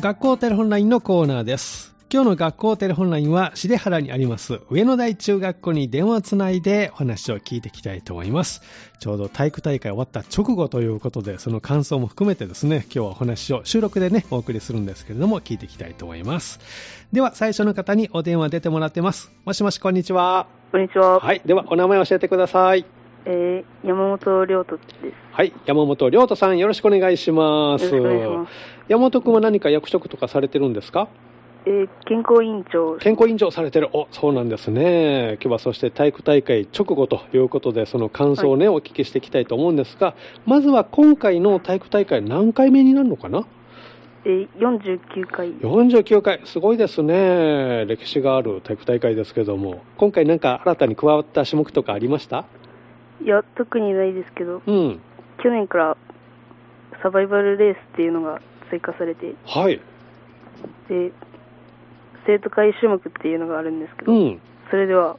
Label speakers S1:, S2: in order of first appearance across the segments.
S1: 学校テレホンラインのコーナーです。今日の学校テレホンラインは、重原にあります、上野台中学校に電話つないでお話を聞いていきたいと思います。ちょうど体育大会終わった直後ということで、その感想も含めてですね、今日はお話を収録でね、お送りするんですけれども、聞いていきたいと思います。では、最初の方にお電話出てもらってます。もしもし、こんにちは。
S2: こんにちは。
S1: はい、では、お名前教えてください。
S2: えー山本亮斗で
S1: はい、山本亮太さん、よろしくお願いします。
S2: す。よろしくお願いします。
S1: 山本君は何か役職とかされてるんですか
S2: えー健康委員長。
S1: 健康委員長されてる。お、そうなんですね。今日はそして体育大会直後ということで、その感想をね、お聞きしていきたいと思うんですが、まずは今回の体育大会何回目になるのかな
S2: えー49回。
S1: 49回、すごいですね。歴史がある体育大会ですけども、今回なんか新たに加わった種目とかありました
S2: いや、特にないですけど、
S1: うん。
S2: 去年からサバイバルレースっていうのが追加されて、
S1: はい。
S2: で、生徒会種目っていうのがあるんですけど、
S1: うん。
S2: それでは、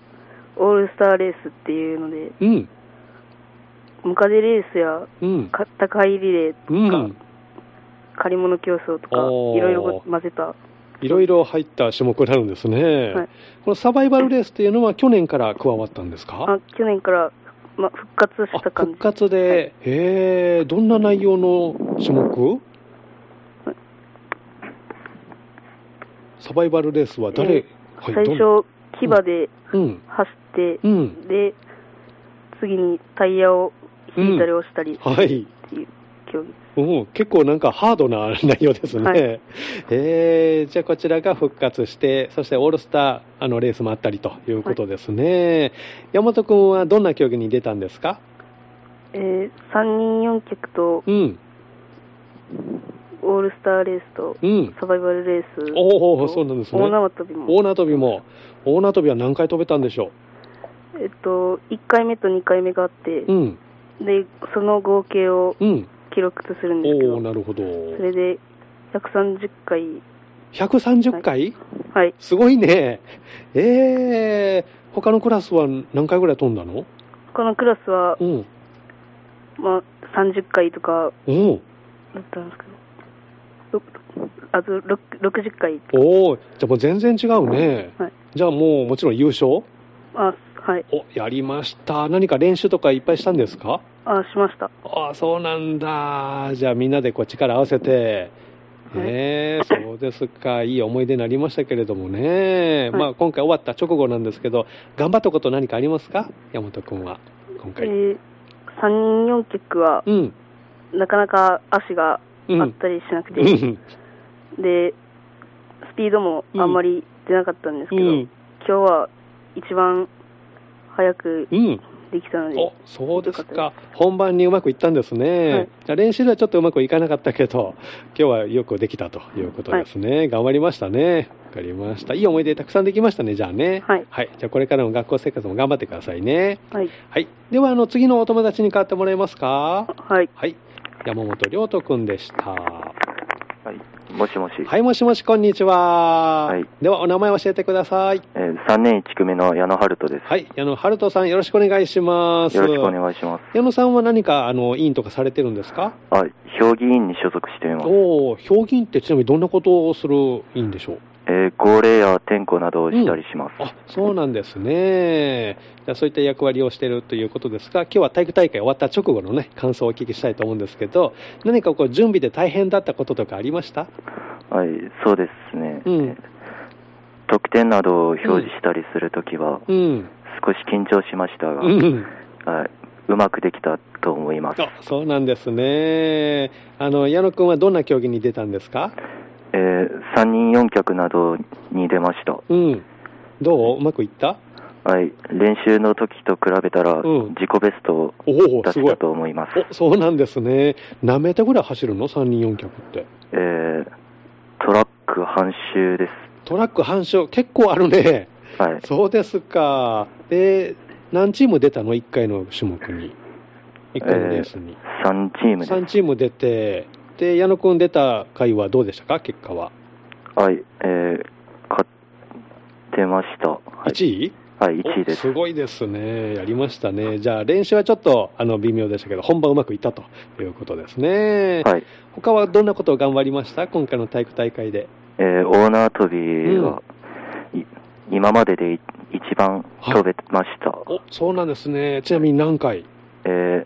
S2: オールスターレースっていうので、
S1: うん。
S2: ムカデレースや、
S1: うん。
S2: か高いリレーと
S1: う
S2: か、
S1: ん。
S2: 借り物競争とか、い
S1: おー
S2: ろいろ混ぜた。
S1: いろいろ入った種目になるんですね、
S2: はい
S1: このサバイバルレースっていうのは去年から加わったんですか
S2: あ去年から、ま、復活した
S1: あ
S2: 感
S1: 復
S2: じ。
S1: 活で、へえどんな内容の種目
S2: はい
S1: サバイバルレースは誰、
S2: え最初、牙で
S1: どんうん
S2: 走って、
S1: うん
S2: で、次にタイヤを引いたり押したりっ
S1: はい
S2: ていう競技で
S1: うん、結構なんかハードな内容ですね、
S2: はい
S1: えーじゃあこちらが復活してそしてオールスターあのレースもあったりということですね、山本君はどんな競技に出たんですか
S2: す。えー、3人4脚と
S1: うん
S2: オールスターレースと
S1: うん
S2: サバイバルレースと
S1: おーそうなんですね
S2: 大縄跳び
S1: 大
S2: も、
S1: 縄跳びも大縄跳びは何回跳べたんでしょ
S2: えっと、1回目と2回目があって
S1: うう、ん
S2: で、その合計を
S1: うん
S2: 記録とするんですけ
S1: おお
S2: ど、
S1: なるほど
S2: それで130回、
S1: 130回
S2: はい、
S1: すごいねえー、他のクラスは何回ぐらい飛んだの
S2: このクラスは
S1: う、ん
S2: まあ、30回とか
S1: おー
S2: だったんですけど、ろあとろく60回と
S1: おーじゃあもう全然違うね
S2: か、はい、
S1: じゃあもうもちろん優勝
S2: あ、はい、
S1: おやりました何か練習とかいっぱいしたんですか
S2: あ、しました。
S1: ああそうなんだじゃあみんなでこう力合わせて
S2: はい
S1: ねえそうですかいい思い出になりましたけれどもね、
S2: はい
S1: まあ、今回終わった直後なんですけど頑張ったこと何かありますか山本君は今回、
S2: えー、3人4脚は、
S1: うん
S2: なかなか足が
S1: うん
S2: あったりしなくて、
S1: うん
S2: で、スピードもあんまり出なかったんですけど、
S1: うん
S2: 今日は一番早く
S1: うん
S2: できたので、
S1: おそうです
S2: よ
S1: か本番にうまくいったんですね、
S2: はい
S1: じゃあ練習ではちょっとうまくいかなかったけど今日はよくできたということですね、頑張りましたねわかりましたいい思い出たくさんできましたねじゃあね
S2: はい
S1: じゃあこれからの学校生活も頑張ってくださいね
S2: はい、
S1: はい。では、あの、次のお友達に代わってもらえますか
S2: はい、
S1: はい。山本亮斗くんでした。は
S3: はい、もしもし、
S1: い、もしもし、こんにちは。
S3: はい
S1: では、お名前教えてください。
S3: えー3年1組の矢野春人です、
S1: はい。矢野春人さん、よろしくお願いします。
S3: よろしくお
S1: い
S3: 願いします。
S1: 矢野さんは何か、あの、委員とかされてるんですか
S3: あ、評議員に所属しています。
S1: おお評議員ってちなみにどんなことをする委員でしょう
S3: えー号令や点呼などをしたりします。
S1: あ、そうなんですね。じゃあそういった役割をしているということですが、今日は体育大会終わった直後のね、感想をお聞きしたいと思うんですけど、何かこう、準備で大変だったこととかありました
S3: はい、そうですね。
S1: うん
S3: えー得点などを表示したりするときは、
S1: うん。
S3: 少し緊張しましたが、
S1: うん。
S3: はいうまくできたと思います。
S1: あそうなんですね。あの、矢野くんはどんな競技に出たんですか
S3: えー3人4脚などに出ました。
S1: うん。どううまくいった
S3: はい、練習の時と比べたら、
S1: うん
S3: 自己ベストを
S1: おお、
S3: 出
S1: す
S3: し
S1: ごい
S3: た。と思います。
S1: お、そうなんですね。何メーターぐらい走るの ?3 人4脚って。
S3: えートラック半周です。
S1: トラック半周、結構あるね。
S3: はい。
S1: そうですか。で、何チーム出たの ?1 回の種目に。1回のレースに。
S3: えー3チームです。
S1: 3チーム出て、で、矢野くん出た回はどうでしたか結果は。
S3: はい。えー勝ってました。はい、
S1: 1位
S3: はい、1位です。
S1: すごいですね。やりましたね。じゃあ、練習はちょっと、あの、微妙でしたけど、本番うまくいったということですね。
S3: はい。
S1: 他はどんなことを頑張りました今回の体育大会で。
S3: えーオーナー跳びは、い今まででい一番跳べました。
S1: お、そうなんですね。ちなみに何回
S3: えー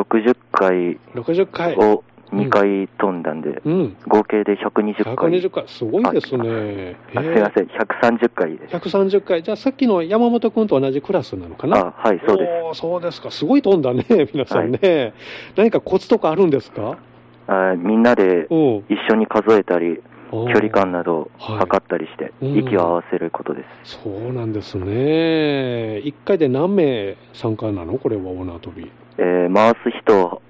S3: 60回
S1: ?60 回。
S3: を2回飛んだんで、
S1: うん。
S3: 合計で120回。
S1: 120回。すごいですね。
S3: あす
S1: へ
S3: い
S1: え
S3: ません、130回です。
S1: 130回。じゃあ、さっきの山本君と同じクラスなのかな
S3: あはい、そうです。
S1: おーそうですか。すごい飛んだね、 皆さんね。何かコツとかあるんですか
S3: あみんなで
S1: うん。
S3: 一緒に数えたり、
S1: 距
S3: 距離感などを
S1: はい
S3: 測ったりして、
S1: うん
S3: 息を合わせることです。
S1: そうなんですね。1回で何名参加なのこれはオーナー飛び。
S3: えー回す人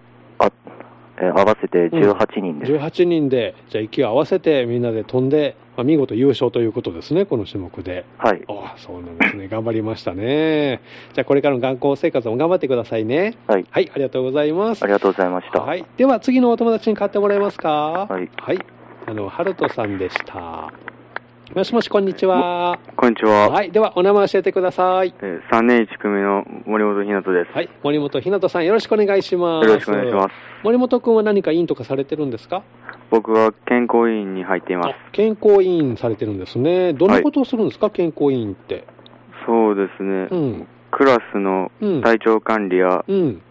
S3: あ、えー合わせて18人です。
S1: 18人で、じゃあ息を合わせてみんなで飛んで、まあ見事優勝ということですね、この種目で。
S3: はい、
S1: ああ、そうなんですね。頑張りましたね。じゃあこれからの学校生活も頑張ってくださいね。
S3: はい、
S1: はい、ありがとうございます
S3: あ。りがとうございました。
S1: はい、では次のお友達に買ってもらえますか。
S3: はい
S1: あの、ハルトさんでした。もしもし、こんにちは。
S4: こんにちは。
S1: はい、ではお名前教えてください。
S4: えー3年1組の森本ひなとです。
S1: はい、森本ひなとさん、よろしくお願いします。
S4: よろしくお願いします。
S1: 森本くんは何か委員とかされてるんですか
S4: 僕は健康委員に入っています。
S1: あ健康委員されてるんですね。どんなことをするんですか、健康委員って。
S4: そうですね。
S1: うん。
S4: クラスの
S1: うん
S4: 体調管理や、
S1: うん。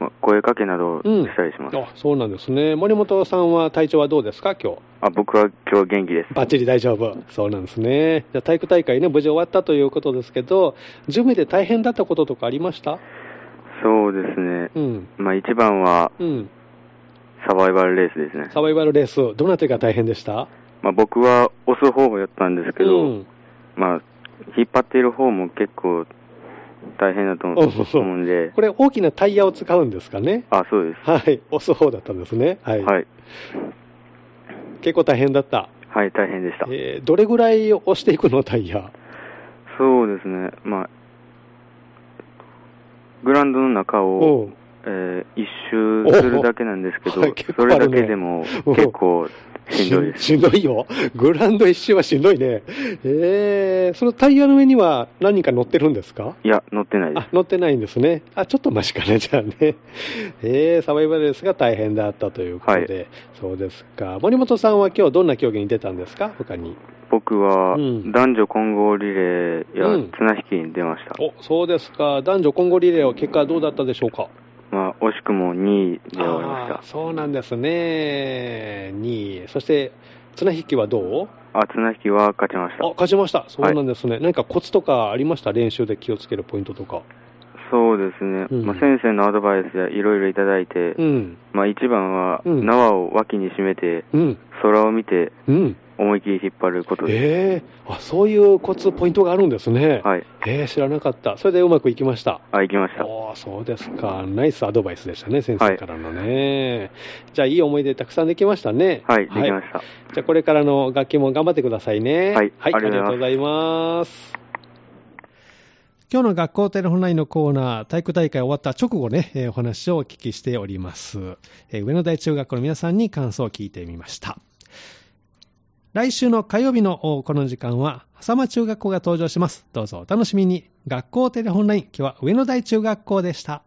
S4: ま声かけなどをしたりします。
S1: あ、そうなんですね。森本さんは体調はどうですか、今日。
S4: あ僕は今日元気です。
S1: バッチリ大丈夫。そうなんですね。じゃあ体育大会ね、無事終わったということですけど、準備で大変だったこととかありま した
S4: そうですね。
S1: うん。
S4: まあ一番は
S1: うん。
S4: サバイバルレースですね。
S1: サバイバルレース、どなたが大変でした
S4: まあ僕は押す方もやったんですけど、
S1: うん。
S4: まあ引っ張っている方も結構大変だと思う思うんで、
S1: これ、大きなタイヤを使うんですかね
S4: あ、そうです。
S1: はい。押す方だったんですね。はい。
S4: はい。
S1: 結構大変だった。
S4: はい、大変でした。
S1: えーどれぐらい押していくの、タイヤ。
S4: そうですね、まあ、グラウンドの中を、
S1: ん。
S4: えー一周するだけなんですけ
S1: お
S4: ど、
S1: うはい結構
S4: そ
S1: あるね
S4: れだけでも
S1: うん
S4: 結構しんどいです。
S1: しんど いよ。グラウンド一周はしんどいね。えー、そのタイヤの上には何人か乗ってるんですか
S4: いや、乗ってないです
S1: あ。乗ってないんですね、あちょっとマシかね、じゃあね、えー、サバイバルレースが大変だったということで、そうですか、森本さんは今日どんな競技に出たんですか、他に。
S4: 僕は
S1: うん
S4: 男女混合リレーや
S1: うん
S4: 綱引きに出ました。
S1: おそうですか、男女混合リレーは結果、どうだったでしょうか。
S4: まあ、惜しくも2位で終わりまし
S1: あーそうなんですね、2位、そして綱引きはどう
S4: た。あ、綱引きは勝ちまし
S1: あ
S4: た。
S1: 勝ちました、そうなんですね、何かコツとかありました、練習で気をつけるポイントとか。
S4: そうですね、
S1: うん
S4: まあ、先生のアドバイスやいろいろいただいて、
S1: うん、
S4: まあ、一番は
S1: うん
S4: 縄を脇に締めて、
S1: うん、
S4: 空を見て
S1: うん、
S4: 思い切り引っ張ることです。
S1: えー、あそういうコツ、ポイントがあるんですね。
S4: はい。
S1: えー、知らなかった。それでうまくいきました。
S4: あ、行きました。
S1: おーそうですか。ナイスアドバイスでしたね、先生からのね。じゃあ、いい思い出たくさんできましたね。
S4: はい、できました。
S1: じゃあ、これからの楽器も頑張ってくださいね。
S4: はい
S1: あ
S4: あ
S1: りがと
S4: りがと
S1: う
S4: う
S1: ご
S4: ご
S1: ざいます。今日の学校テレホンラインのコーナー、体育大会終わった直後ね、えーお話をお聞きしております。えー上野台中学校の皆さんに感想を聞いてみました。来週の火曜日のおこの時間は、狭間中学校が登場します。どうぞお楽しみに。学校テレホンライン、今日は上野台中学校でした。